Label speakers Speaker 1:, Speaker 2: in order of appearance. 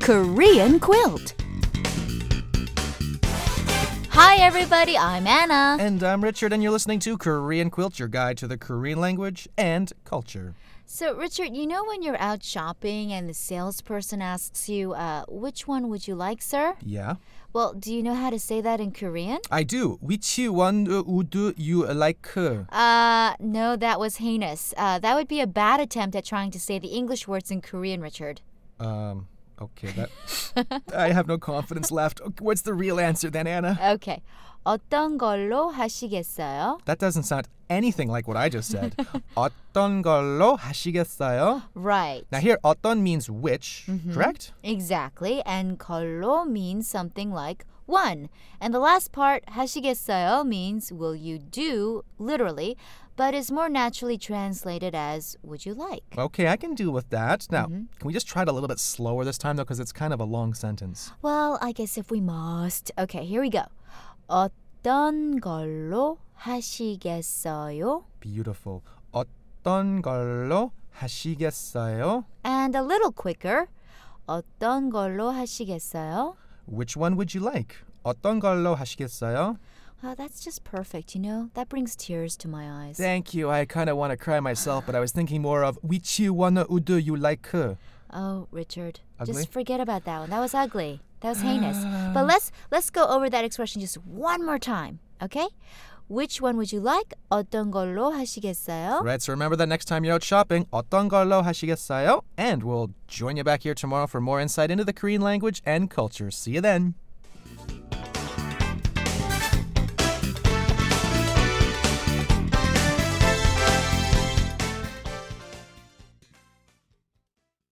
Speaker 1: Korean quilt.
Speaker 2: Hi, everybody. I'm Anna.
Speaker 3: And I'm Richard, and you're listening to Korean Quilt, your guide to the Korean language and culture.
Speaker 2: So, Richard, you know when you're out shopping and the salesperson asks you, uh, which one would you like, sir?
Speaker 3: Yeah.
Speaker 2: Well, do you know how to say that in Korean?
Speaker 3: I do. Which one uh, would you like? her?
Speaker 2: Uh, no, that was heinous. Uh, that would be a bad attempt at trying to say the English words in Korean, Richard.
Speaker 3: Um, okay, that. I have no confidence left. Okay, What's the real answer then, Anna?
Speaker 2: Okay. 어떤 걸로 하시겠어요?
Speaker 3: That doesn't sound anything like what I just said. 어떤 걸로 하시겠어요?
Speaker 2: Right.
Speaker 3: Now here, 어떤 means which, correct?
Speaker 2: Exactly. And 걸로 means something like one. And the last part, 하시겠어요 means will you do, literally, but is more naturally translated as would you like.
Speaker 3: Okay, I can deal with that. Now, can we just try it a little bit slower this time, though, because it's kind of a long sentence.
Speaker 2: Well, I guess if we must. Okay, here we go. 어떤 걸로 하시겠어요?
Speaker 3: Beautiful. 어떤 걸로 하시겠어요?
Speaker 2: And a little quicker. 어떤 걸로 하시겠어요?
Speaker 3: Which one would you like? 어떤 걸로 하시겠어요?
Speaker 2: Wow, that's just perfect, you know? That brings tears to my eyes.
Speaker 3: Thank you. I kind of want to cry myself, but I was thinking more of which one would you like? her?
Speaker 2: Oh, Richard,
Speaker 3: Ugly?
Speaker 2: just forget about that one. That was ugly. That was heinous. but let's let's go over that expression just one more time, okay? Which one would you like? 어떤 걸로 하시겠어요?
Speaker 3: Right, so remember that next time you're out shopping, 어떤 걸로 하시겠어요? And we'll join you back here tomorrow for more insight into the Korean language and culture. See you then.